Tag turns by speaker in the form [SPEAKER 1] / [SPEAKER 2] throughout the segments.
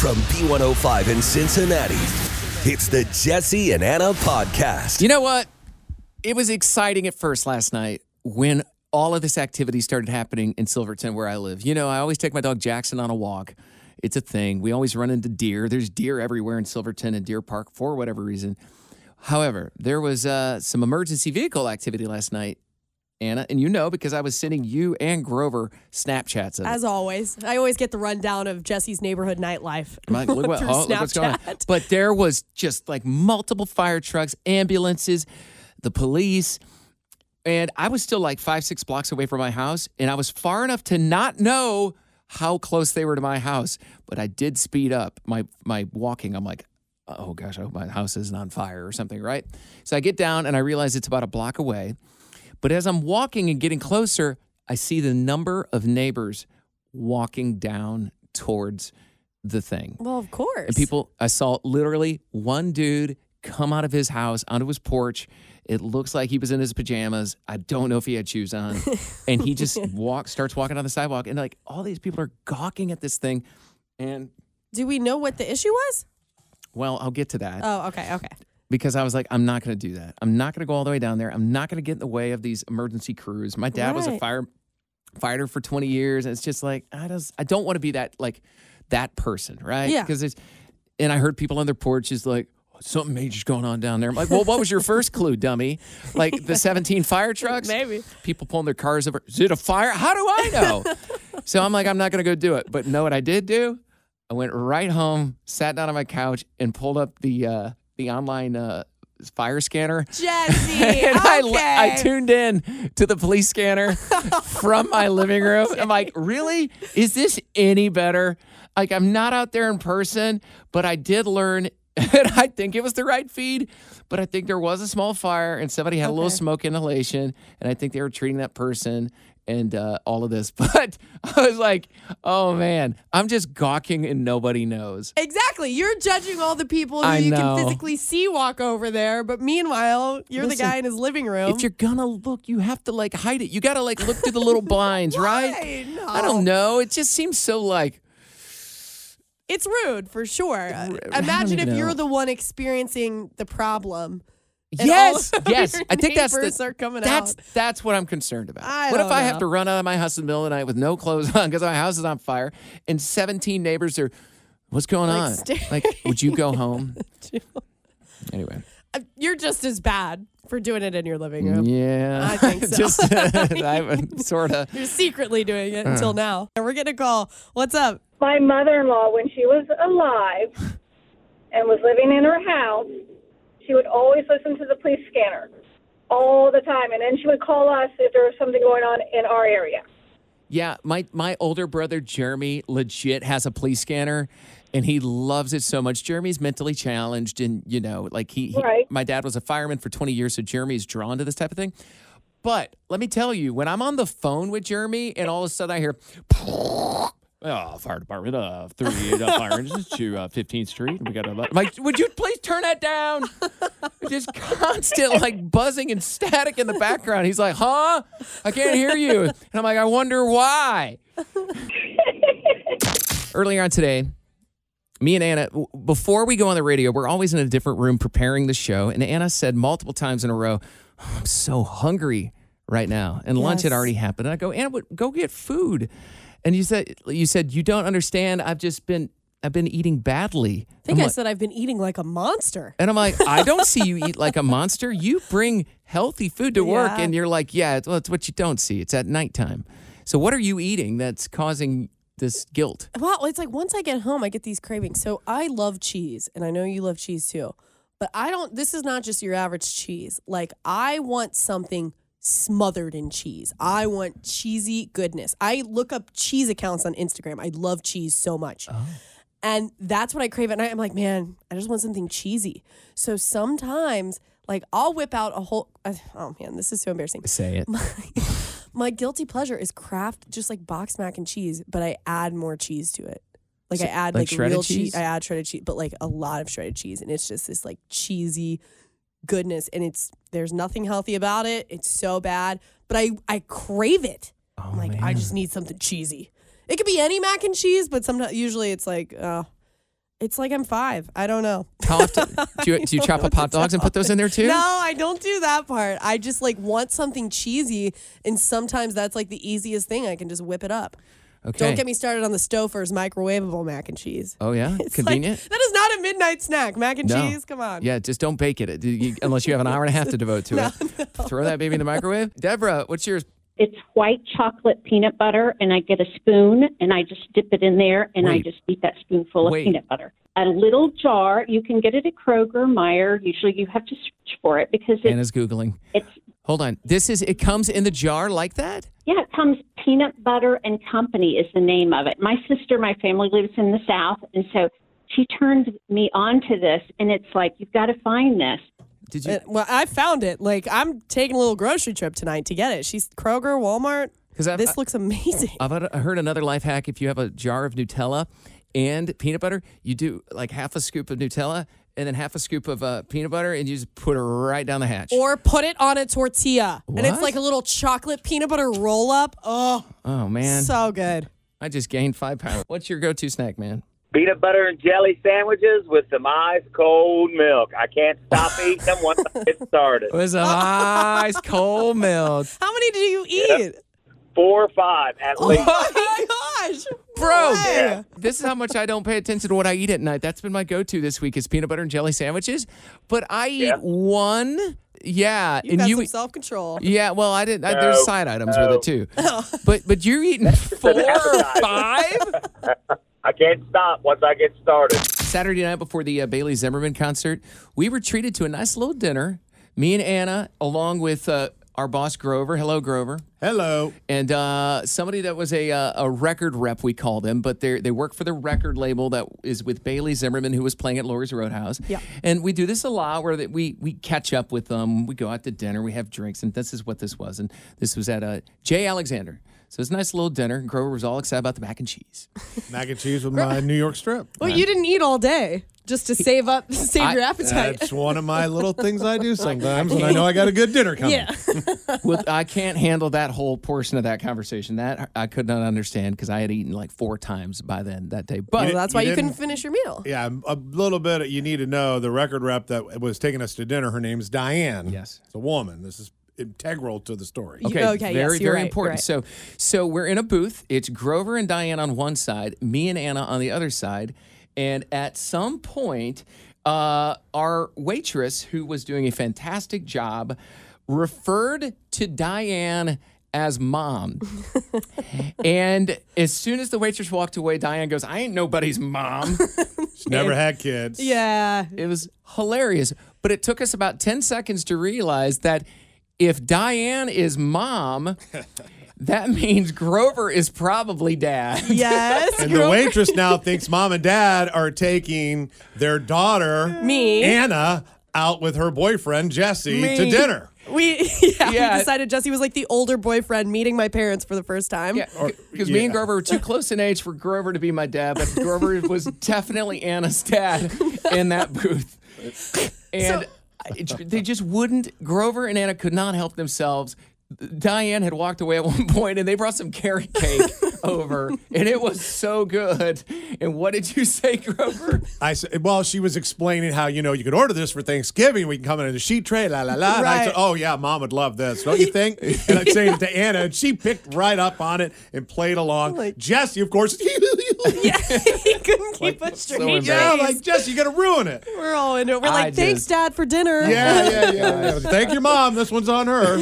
[SPEAKER 1] From B105 in Cincinnati, it's the Jesse and Anna podcast.
[SPEAKER 2] You know what? It was exciting at first last night when all of this activity started happening in Silverton, where I live. You know, I always take my dog Jackson on a walk. It's a thing. We always run into deer. There's deer everywhere in Silverton and Deer Park for whatever reason. However, there was uh, some emergency vehicle activity last night, Anna, and you know because I was sending you and Grover Snapchats of it.
[SPEAKER 3] As always, I always get the rundown of Jesse's neighborhood nightlife.
[SPEAKER 2] I'm like, look, what,
[SPEAKER 3] through
[SPEAKER 2] oh, look what's going on.
[SPEAKER 3] Snapchat.
[SPEAKER 2] But there was just like multiple fire trucks, ambulances, the police. And I was still like five, six blocks away from my house. And I was far enough to not know how close they were to my house. But I did speed up my, my walking. I'm like, oh gosh, I hope my house isn't on fire or something, right? So I get down and I realize it's about a block away. But as I'm walking and getting closer, I see the number of neighbors walking down towards the thing.
[SPEAKER 3] Well, of course.
[SPEAKER 2] And people, I saw literally one dude come out of his house onto his porch. It looks like he was in his pajamas. I don't know if he had shoes on. and he just walks, starts walking on the sidewalk. And like all these people are gawking at this thing. And
[SPEAKER 3] Do we know what the issue was?
[SPEAKER 2] well, I'll get to that
[SPEAKER 3] Oh, okay, okay.
[SPEAKER 2] because I was like, I'm not going to do that. I'm not going to go all the way down there. I'm not going to get in the way of these emergency crews. My dad was a
[SPEAKER 3] Right.
[SPEAKER 2] fire fighter for 20 years, and it's just like I just I don't want to be that like that person, right?
[SPEAKER 3] Yeah.
[SPEAKER 2] Because it's and I heard people on their porches like. Something major's going on down there. I'm like, well, what was your first clue, dummy? Like the 17 fire trucks?
[SPEAKER 3] Maybe.
[SPEAKER 2] People pulling their cars over. Is it a fire? How do I know? so I'm like, I'm not going to go do it. But know what I did do? I went right home, sat down on my couch, and pulled up the uh, the online uh, fire scanner.
[SPEAKER 3] Jesse.
[SPEAKER 2] and
[SPEAKER 3] okay.
[SPEAKER 2] I, I tuned in to the police scanner from my living room. I'm like, really? Is this any better? Like, I'm not out there in person, but I did learn. And I think it was the right feed, but I think there was a small fire and somebody had a little smoke inhalation, and I think they were treating that person and uh, all of this. But I was like, oh man, I'm just gawking and nobody knows.
[SPEAKER 3] Exactly. You're judging all the people who
[SPEAKER 2] I
[SPEAKER 3] you
[SPEAKER 2] know.
[SPEAKER 3] can physically see walk over there, but meanwhile, you're the
[SPEAKER 2] Listen,
[SPEAKER 3] guy in his living room.
[SPEAKER 2] If you're gonna look, you have to like hide it. You gotta like look through the little blinds, right?
[SPEAKER 3] Why? No.
[SPEAKER 2] I don't know. It just seems so like
[SPEAKER 3] It's rude for sure.
[SPEAKER 2] I
[SPEAKER 3] Imagine
[SPEAKER 2] don't
[SPEAKER 3] if
[SPEAKER 2] know.
[SPEAKER 3] you're the one experiencing the problem. and all
[SPEAKER 2] yes,
[SPEAKER 3] of
[SPEAKER 2] yes.
[SPEAKER 3] your
[SPEAKER 2] I think that's
[SPEAKER 3] neighbors
[SPEAKER 2] the,
[SPEAKER 3] are coming
[SPEAKER 2] that's
[SPEAKER 3] out.
[SPEAKER 2] that's what I'm concerned about.
[SPEAKER 3] I
[SPEAKER 2] what if
[SPEAKER 3] don't
[SPEAKER 2] I have
[SPEAKER 3] know.
[SPEAKER 2] to run out of my house in the middle of the night with no clothes on because my house is on fire and 17 neighbors are, what's going on?
[SPEAKER 3] staring
[SPEAKER 2] Like, would you go home? anyway,
[SPEAKER 3] Uh, You're just as bad for doing it in your living room.
[SPEAKER 2] yeah,
[SPEAKER 3] I think so.
[SPEAKER 2] just I sort of.
[SPEAKER 3] You're secretly doing
[SPEAKER 2] Uh.
[SPEAKER 3] it until now. And we're getting a call. What's up?
[SPEAKER 4] my mother in law, when she was alive and was living in her house, she would always listen to the police scanner all the time. And then she would call us if there was something going on in our area.
[SPEAKER 2] Yeah, my my older brother Jeremy legit has a police scanner and he loves it so much. Jeremy's mentally challenged and you know, like he, he-
[SPEAKER 4] Right.
[SPEAKER 2] my dad was a fireman for 20 years so Jeremy's drawn to this type of thing. But let me tell you, when I'm on the phone with Jeremy and all of a sudden I hear Oh, fire department, uh, 38 uh, fire engines to uh, 15th Street. And we got a lot. Like, would you please turn that down? Just constant, like, buzzing and static in the background. He's like, huh? I can't hear you. And I'm like, I wonder why. Earlier on today, me and Anna, w- before we go on the radio, we're always in a different room preparing the show. And Anna said multiple times in a row, "Oh, I'm so hungry right now. And lunch had
[SPEAKER 3] Yes.
[SPEAKER 2] already happened. And I go, Anna, what, go get food. And you said, you said, you don't understand. I've just been, I've been eating badly.
[SPEAKER 3] I think
[SPEAKER 2] I'm
[SPEAKER 3] I
[SPEAKER 2] like-
[SPEAKER 3] said I've been eating like a monster.
[SPEAKER 2] and I'm like, I don't see you eat like a monster. You bring healthy food to work,
[SPEAKER 3] Yeah.
[SPEAKER 2] and you're like, yeah, it's- well, it's what you don't see. It's at nighttime. So what are you eating that's causing this guilt?
[SPEAKER 3] Well, it's like once I get home, I get these cravings. So I love cheese, and I know you love cheese too. But I don't, this is not just your average cheese. Like, I want something smothered in cheese. I
[SPEAKER 2] Oh.
[SPEAKER 3] want cheesy goodness. I look up cheese accounts on Instagram. I love cheese so much. And that's what I crave at night. I'm like, man, I just want something cheesy. So sometimes, like, I'll whip out a whole. uh, Oh man, this is so embarrassing.
[SPEAKER 2] Say it.
[SPEAKER 3] My, my guilty pleasure is Kraft, just like box mac and cheese, but I add more cheese to it. Like I add
[SPEAKER 2] like
[SPEAKER 3] like,
[SPEAKER 2] shredded
[SPEAKER 3] real cheese.
[SPEAKER 2] cheese?
[SPEAKER 3] I add shredded cheese, but like a lot of shredded cheese, and it's just this like cheesy goodness, and it's there's nothing healthy about it. It's so bad, but I I crave it.
[SPEAKER 2] Oh,
[SPEAKER 3] I'm like I
[SPEAKER 2] man.
[SPEAKER 3] just need something cheesy. It could be any mac and cheese, but sometimes usually it's like oh, it's like I'm five. I don't know.
[SPEAKER 2] How often do you, do you chop up hot dogs and put those in there too?
[SPEAKER 3] No, I don't do that part. I just like want something cheesy, and sometimes that's like the easiest thing. I can just whip it up.
[SPEAKER 2] Okay.
[SPEAKER 3] Don't get me started on the Stouffer's microwavable mac and cheese.
[SPEAKER 2] Oh yeah,
[SPEAKER 3] It's like-
[SPEAKER 2] convenient.
[SPEAKER 3] that is not a midnight snack. Mac and
[SPEAKER 2] No.
[SPEAKER 3] cheese. Come on.
[SPEAKER 2] yeah, just don't bake it Do you- unless you have an hour and a half to devote to it. Throw that baby in the microwave. Deborah, what's yours?
[SPEAKER 5] It's white chocolate peanut butter, and I get a spoon and I just dip it in there and
[SPEAKER 2] Wait.
[SPEAKER 5] I just eat that spoonful
[SPEAKER 2] Wait.
[SPEAKER 5] of peanut butter. A little jar, you can get it at Kroger, Meyer. Usually you have to search for it because it,
[SPEAKER 2] Anna's googling.
[SPEAKER 5] it's
[SPEAKER 2] Hold on. This is. It comes in the jar like that.
[SPEAKER 5] Yeah, it comes Peanut Butter and Company is the name of it. My sister, my family lives in the South, and so she turned me on to this, and it's like you've got to find this.
[SPEAKER 2] Did you?
[SPEAKER 3] Uh, well, I found it. Like I'm taking a little grocery trip tonight to get it. She's Kroger, Walmart.
[SPEAKER 2] 'Cause Uh, I've-
[SPEAKER 3] This looks amazing.
[SPEAKER 2] I've had- heard another life hack. If you have a jar of Nutella and peanut butter, you do like half a scoop of Nutella and then half a scoop of uh, peanut butter, and you just put it right down the hatch.
[SPEAKER 3] or put it on a tortilla, and it's
[SPEAKER 2] What?
[SPEAKER 3] like a little chocolate peanut butter roll up. Oh,
[SPEAKER 2] oh man,
[SPEAKER 3] so good.
[SPEAKER 2] I just gained five pounds. What's your go-to snack, man?
[SPEAKER 6] peanut butter and jelly sandwiches with some ice cold milk. I can't stop eating them once I get started.
[SPEAKER 2] It was a ice cold milk,
[SPEAKER 3] How many do you eat?
[SPEAKER 6] Four or five at least.
[SPEAKER 3] Oh my gosh,
[SPEAKER 2] bro.
[SPEAKER 3] Way.
[SPEAKER 2] This is how much I don't pay attention to what I eat at night. That's been my go-to this week is peanut butter and jelly sandwiches. But I eat
[SPEAKER 6] Yeah.
[SPEAKER 2] one. Yeah,
[SPEAKER 3] You've
[SPEAKER 2] and
[SPEAKER 3] got
[SPEAKER 2] you.
[SPEAKER 3] some
[SPEAKER 2] eat-
[SPEAKER 3] self control.
[SPEAKER 2] Yeah, well, I didn't. I, there's
[SPEAKER 6] No,
[SPEAKER 2] side items
[SPEAKER 6] no.
[SPEAKER 2] with it too, but but you're eating four or
[SPEAKER 6] appetizer.
[SPEAKER 2] five.
[SPEAKER 6] I can't stop once I get started.
[SPEAKER 2] Saturday night before the uh, Bailey Zimmerman concert, we were treated to a nice little dinner. Me and Anna, along with uh, our boss Grover. Hello, Grover.
[SPEAKER 7] Hello.
[SPEAKER 2] And uh, somebody that was a uh, a record rep, we call them, but they they work for the record label that is with Bailey Zimmerman, who was playing at Laurie's Roadhouse. Yeah. And we do this a lot, where that we we catch up with them, we go out to dinner, we have drinks, and this is what this was. And this was at uh, Jay Alexander. So it's a nice little dinner. And Grover was all excited about the mac and cheese.
[SPEAKER 7] Mac and cheese with my New York strip.
[SPEAKER 3] Well, you didn't eat all day just to save up, save
[SPEAKER 2] I-
[SPEAKER 3] your appetite.
[SPEAKER 7] That's one of my little things I do sometimes when I know I got a good dinner coming.
[SPEAKER 3] yeah.
[SPEAKER 2] Well, I can't handle that whole portion of that conversation. That I could not understand because I had eaten like four times by then that day. But
[SPEAKER 3] Well, that's why
[SPEAKER 7] you
[SPEAKER 3] you couldn't
[SPEAKER 7] didn't-
[SPEAKER 3] finish your meal.
[SPEAKER 7] Yeah, a little bit. You need to know the record rep that was taking us to dinner. Her name's Diane.
[SPEAKER 2] Yes.
[SPEAKER 7] It's a woman. This is integral to the story.
[SPEAKER 3] You-
[SPEAKER 2] Okay,
[SPEAKER 3] okay, yes,
[SPEAKER 2] very,
[SPEAKER 3] you're
[SPEAKER 2] very
[SPEAKER 3] right,
[SPEAKER 2] important.
[SPEAKER 3] right.
[SPEAKER 2] So, so we're in a booth. It's Grover and Diane on one side, me and Anna on the other side, and at some point, uh, our waitress, who was doing a fantastic job, referred to Diane as mom. and as soon as the waitress walked away, Diane goes, "I ain't nobody's mom."
[SPEAKER 7] She's never had kids.
[SPEAKER 3] Yeah.
[SPEAKER 2] It was hilarious. But it took us about 10 seconds to realize that if Diane is mom, that means Grover is probably dad.
[SPEAKER 3] Yes.
[SPEAKER 7] And the waitress now thinks mom and dad are taking their daughter,
[SPEAKER 3] Me.
[SPEAKER 7] Anna, out with her boyfriend, Jesse, to
[SPEAKER 2] Me.
[SPEAKER 7] dinner.
[SPEAKER 3] we yeah,
[SPEAKER 2] Yeah.
[SPEAKER 3] we decided Jesse was like the older boyfriend meeting my parents for the first time.
[SPEAKER 2] Because me and
[SPEAKER 7] yeah.
[SPEAKER 2] Grover were too close in age for Grover to be my dad, but Grover was definitely Anna's dad in that booth. And it- they just wouldn't, Grover and Anna could not help themselves. Diane had walked away at one point and they brought some carrot cake over, and it was so good. And what did you say, Grover?
[SPEAKER 7] I said, well, she was explaining how, you know, you could order this for Thanksgiving. We can come in in a sheet tray, la, la, la. And I
[SPEAKER 3] Right.
[SPEAKER 7] said, oh, yeah, mom would love this, don't you think? And I'd say it to Anna, and she picked right up on it and played along.
[SPEAKER 3] Like-
[SPEAKER 7] Jesse, of course.
[SPEAKER 3] Yeah. he couldn't keep a straight
[SPEAKER 7] yeah,
[SPEAKER 3] face.
[SPEAKER 7] like, Jesse, you're going to ruin it.
[SPEAKER 3] We're all into it. We're
[SPEAKER 2] I
[SPEAKER 3] like, thanks,
[SPEAKER 2] just-
[SPEAKER 3] Dad, for dinner.
[SPEAKER 7] Yeah, yeah, yeah. yeah. Thank your mom. This one's on her.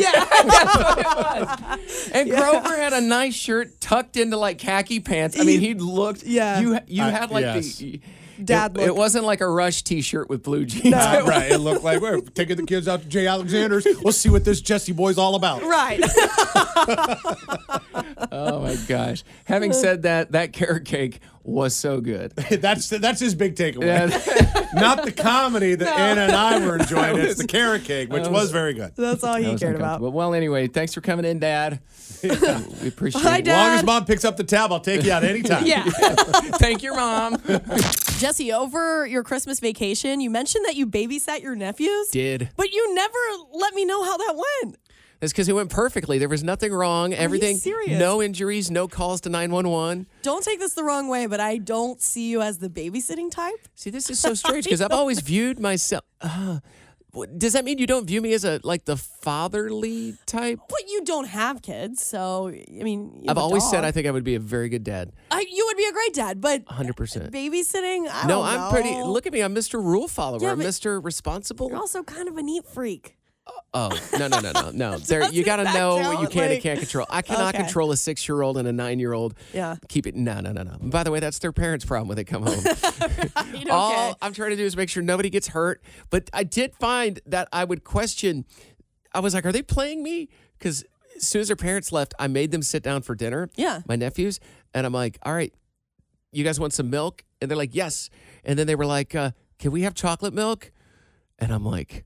[SPEAKER 2] And Grover had a nice shirt tucked into like khaki pants. I mean, he looked.
[SPEAKER 3] Yeah.
[SPEAKER 2] You you
[SPEAKER 7] I-
[SPEAKER 2] had like
[SPEAKER 7] yes.
[SPEAKER 2] the.
[SPEAKER 3] dad
[SPEAKER 2] It
[SPEAKER 3] look.
[SPEAKER 2] wasn't like a Rush T-shirt with blue jeans.
[SPEAKER 7] Uh, right. It looked like we're taking the kids out to Jay Alexander's. We'll see what this Jesse boy's all about.
[SPEAKER 3] right.
[SPEAKER 2] oh my gosh! Having said that, that carrot cake was so good.
[SPEAKER 7] That's that's his big takeaway.
[SPEAKER 2] Yeah.
[SPEAKER 7] Not the comedy that Anna and I were enjoying. It's the carrot cake, which was very good. As
[SPEAKER 3] That's all he
[SPEAKER 2] was
[SPEAKER 3] cared about.
[SPEAKER 2] uncomfortable. Well, anyway, thanks for coming in, Dad. We appreciate
[SPEAKER 3] Hi,
[SPEAKER 2] it.
[SPEAKER 3] Dad.
[SPEAKER 7] long as mom picks up the tab, I'll take you out anytime.
[SPEAKER 3] Yeah.
[SPEAKER 2] Thank your mom.
[SPEAKER 3] Jesse, over your Christmas vacation, you mentioned that you babysat your nephews.
[SPEAKER 2] Did.
[SPEAKER 3] But you never let me know how that went.
[SPEAKER 2] That's because it went perfectly. There was nothing wrong. Everything.
[SPEAKER 3] serious?
[SPEAKER 2] No injuries. No calls to nine one one.
[SPEAKER 3] Don't take this the wrong way, but I don't see you as the babysitting type.
[SPEAKER 2] See, this is so strange because I've always viewed myself. Uh, what- does that mean you don't view me as a like the fatherly type?
[SPEAKER 3] But you don't have kids, so I mean, you have
[SPEAKER 2] I've
[SPEAKER 3] a
[SPEAKER 2] always said
[SPEAKER 3] dog.
[SPEAKER 2] I think I would be a very good dad.
[SPEAKER 3] I, you would be a great dad, but
[SPEAKER 2] 100%.
[SPEAKER 3] babysitting. I
[SPEAKER 2] no,
[SPEAKER 3] don't
[SPEAKER 2] I'm pretty.
[SPEAKER 3] know.
[SPEAKER 2] Look at me. I'm Mr. Rule Follower.
[SPEAKER 3] Yeah,
[SPEAKER 2] I'm
[SPEAKER 3] but-
[SPEAKER 2] Mr. Responsible.
[SPEAKER 3] You're also kind of a neat freak.
[SPEAKER 2] Oh no no no no no! There, you
[SPEAKER 3] Doesn't
[SPEAKER 2] got to
[SPEAKER 3] that
[SPEAKER 2] know what you
[SPEAKER 3] count?
[SPEAKER 2] can and
[SPEAKER 3] Like-
[SPEAKER 2] can't control. I cannot
[SPEAKER 3] Okay.
[SPEAKER 2] control a six-year-old and a nine-year-old.
[SPEAKER 3] Yeah.
[SPEAKER 2] keep it. No no no no. By the way, that's their parents' problem when they come home.
[SPEAKER 3] okay.
[SPEAKER 2] All I'm trying to do is make sure nobody gets hurt. But I did find that I would question. I was like, "Are they playing me?" Because as soon as their parents left, I made them sit down for dinner.
[SPEAKER 3] Yeah.
[SPEAKER 2] my nephews, and I'm like, "All right, you guys want some milk?" And they're like, "Yes." And then they were like, uh, "Can we have chocolate milk?" And I'm like.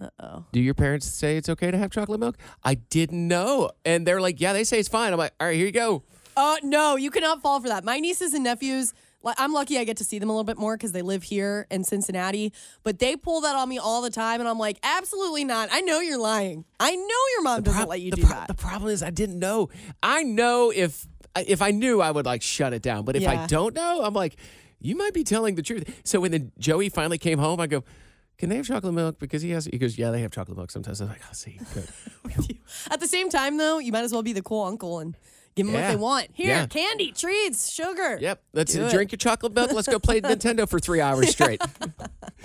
[SPEAKER 3] Uh oh.
[SPEAKER 2] do your parents say it's okay to have chocolate milk? I didn't know. And they're like, yeah, they say it's fine. I'm like, all right, here you go.
[SPEAKER 3] Uh, no, you cannot fall for that. My nieces and nephews, like, I'm lucky I get to see them a little bit more because they live here in Cincinnati, but they pull that on me all the time. And I'm like, absolutely not. I know you're lying. I know your mom doesn't
[SPEAKER 2] Prob-
[SPEAKER 3] let you
[SPEAKER 2] the
[SPEAKER 3] do
[SPEAKER 2] pro-
[SPEAKER 3] that.
[SPEAKER 2] The problem is I didn't know. I know if if I knew, I would like shut it down. But if I
[SPEAKER 3] Yeah.
[SPEAKER 2] don't know, I'm like, you might be telling the truth. So when the Joey finally came home, I go, can they have chocolate milk? Because he has. He goes, yeah, they have chocolate milk sometimes. I'm like, oh, see, good.
[SPEAKER 3] At the same time, though, you might as well be the cool uncle and give them
[SPEAKER 2] Yeah.
[SPEAKER 3] what they want. Here,
[SPEAKER 2] Yeah.
[SPEAKER 3] candy, treats, sugar.
[SPEAKER 2] Yep. Let's
[SPEAKER 3] Do it.
[SPEAKER 2] drink your chocolate milk. Let's go play Nintendo for three hours straight.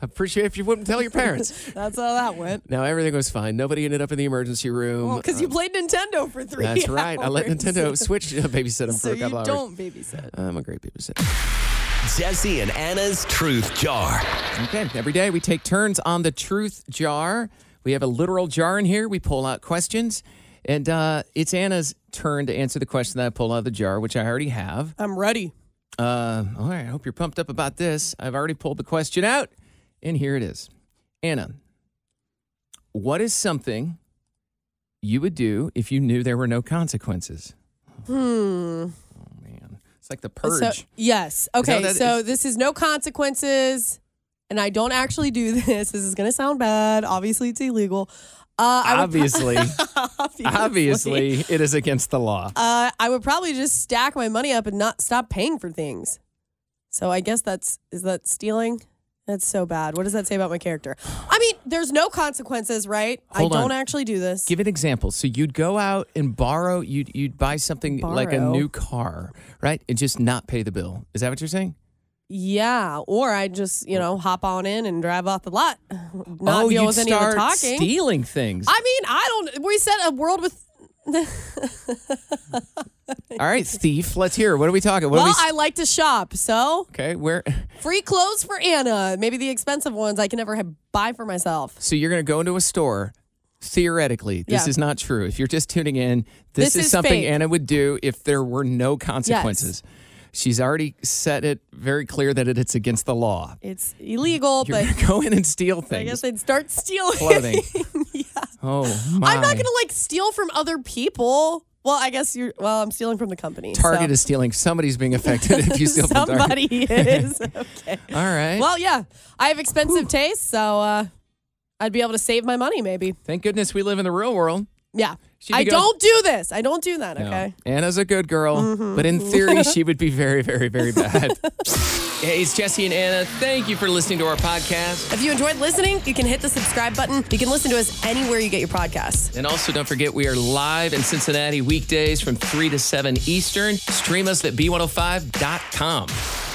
[SPEAKER 2] Appreciate if you wouldn't tell your parents.
[SPEAKER 3] That's how that went.
[SPEAKER 2] Now everything was fine. Nobody ended up in the emergency room. Uh,
[SPEAKER 3] Because you played Nintendo for three
[SPEAKER 2] That's right. I let
[SPEAKER 3] hours.
[SPEAKER 2] Nintendo switch uh, babysit them
[SPEAKER 3] So
[SPEAKER 2] for a
[SPEAKER 3] you
[SPEAKER 2] couple hours.
[SPEAKER 3] don't babysit.
[SPEAKER 2] I'm a great babysitter.
[SPEAKER 1] Jesse and Anna's Truth Jar.
[SPEAKER 2] Okay, every day we take turns on the truth jar. We have a literal jar in here. We pull out questions, and uh, it's Anna's turn to answer the question that I pull out of the jar, which I already have.
[SPEAKER 3] I'm ready.
[SPEAKER 2] Uh, all right, I hope you're pumped up about this. I've already pulled the question out, and here it is. Anna, what is something you would do if you knew there were no consequences?
[SPEAKER 3] Hmm.
[SPEAKER 2] Oh, man, it's like the
[SPEAKER 3] So-
[SPEAKER 2] purge.
[SPEAKER 3] yes.
[SPEAKER 2] that
[SPEAKER 3] Okay.
[SPEAKER 2] what that
[SPEAKER 3] So
[SPEAKER 2] is?
[SPEAKER 3] this is no consequences, and I don't actually do this. This is going to sound bad. Obviously, it's illegal. Uh, I would
[SPEAKER 2] obviously,
[SPEAKER 3] pro- obviously.
[SPEAKER 2] obviously, it is against the law.
[SPEAKER 3] Uh, I would probably just stack my money up and not stop paying for things. So I guess that's is that stealing? That's so bad. What does that say about my character? I mean, there's no consequences, right?
[SPEAKER 2] Hold
[SPEAKER 3] I
[SPEAKER 2] on.
[SPEAKER 3] don't actually do this.
[SPEAKER 2] Give an example. So you'd go out and borrow. You'd you'd buy something like a
[SPEAKER 3] Borrow.
[SPEAKER 2] new car, right? And just not pay the bill. Is that what you're saying?
[SPEAKER 3] yeah, or I just you know hop on in and drive off the lot, not
[SPEAKER 2] oh,
[SPEAKER 3] deal
[SPEAKER 2] you'd
[SPEAKER 3] with any of the
[SPEAKER 2] start
[SPEAKER 3] talking.
[SPEAKER 2] stealing things.
[SPEAKER 3] I mean, I don't. We said a world with.
[SPEAKER 2] All right, thief. Let's hear. it. What are we talking? What are
[SPEAKER 3] well,
[SPEAKER 2] we?
[SPEAKER 3] I like to shop, so
[SPEAKER 2] okay, where?
[SPEAKER 3] free clothes for Anna. Maybe the expensive ones I can never have, buy for myself.
[SPEAKER 2] So you're going to go into a store. Theoretically, this
[SPEAKER 3] Yeah.
[SPEAKER 2] is not true. If you're just tuning in, this,
[SPEAKER 3] This
[SPEAKER 2] is,
[SPEAKER 3] is
[SPEAKER 2] something
[SPEAKER 3] fake.
[SPEAKER 2] Anna would do if there were no consequences. She's already set it very clear that it, it's against the law.
[SPEAKER 3] It's illegal,
[SPEAKER 2] You're
[SPEAKER 3] but
[SPEAKER 2] going to go in and steal
[SPEAKER 3] I guess
[SPEAKER 2] things.
[SPEAKER 3] I'd start stealing.
[SPEAKER 2] Clothing.
[SPEAKER 3] yeah.
[SPEAKER 2] Oh, my.
[SPEAKER 3] I'm not gonna like steal from other people. Well, I guess you're. Well, I'm stealing from the company. so-
[SPEAKER 2] Target is stealing. Somebody's being affected if you steal from Target.
[SPEAKER 3] Somebody is okay.
[SPEAKER 2] All right.
[SPEAKER 3] Well, yeah, I have expensive tastes, so uh, I'd be able to save my money, maybe.
[SPEAKER 2] Thank goodness we live in the real world.
[SPEAKER 3] Yeah,
[SPEAKER 2] Should we
[SPEAKER 3] I
[SPEAKER 2] go-
[SPEAKER 3] don't do this. I don't do that.
[SPEAKER 2] No.
[SPEAKER 3] Okay. Mm-hmm.
[SPEAKER 2] Anna's a good girl, but in theory, she would be very, very, very bad. hey, it's Jesse and Anna. Thank you for listening to our podcast.
[SPEAKER 3] If you enjoyed listening, you can hit the subscribe button. You can listen to us anywhere you get your podcasts.
[SPEAKER 2] And also, don't forget, we are live in oh Cincinnati weekdays from 3 to 7 Eastern. Stream us at b105.com.